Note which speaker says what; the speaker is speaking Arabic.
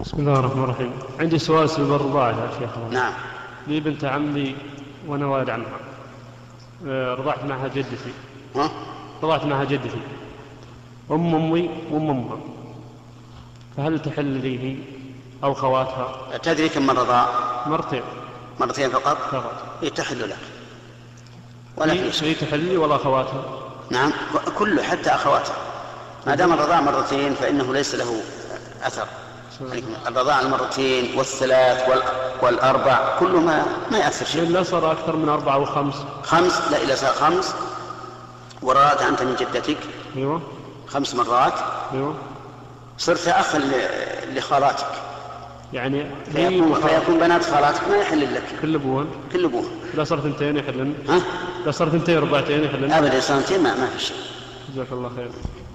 Speaker 1: بسم الله الرحمن الرحيم عندي سؤال سبب الرضاعة يا شيخ الله.
Speaker 2: نعم
Speaker 1: لي بنت عمي وانا والد عنها آه، رضعت معها جدتي
Speaker 2: ها
Speaker 1: رضعت معها جدتي ام امي وام امها فهل تحل لي هي او خواتها
Speaker 2: تدري كم من رضاع
Speaker 1: مرتين
Speaker 2: مرتين فقط
Speaker 1: فقط
Speaker 2: إيه، تحل لك ولا في
Speaker 1: هي
Speaker 2: شيء
Speaker 1: هي تحل لي ولا خواتها
Speaker 2: نعم ك- كله حتى أخواته ما دام الرضاع مرتين فإنه ليس له أثر عليكم. الرضاع المرتين والثلاث وال- والأربع كله ما ما يأثر شيء
Speaker 1: لان لا صار اكثر من اربعه وخمس
Speaker 2: خمس لا إلى صار خمس ورأت أنت من جدتك
Speaker 1: ايوه
Speaker 2: خمس مرات
Speaker 1: ايوه
Speaker 2: صرت أخا ل- لخالاتك
Speaker 1: يعني هي
Speaker 2: فيكون,
Speaker 1: وخالتها.
Speaker 2: فيكون بنات خالاتك ما يحل لك
Speaker 1: كل ابوهن
Speaker 2: كل أبوهم
Speaker 1: لا صار ثنتين يحلن
Speaker 2: ها
Speaker 1: لا صار ثنتين ربعتين يحلن
Speaker 2: أبدا سنتين ما, ما في شيء
Speaker 1: جزاك الله خير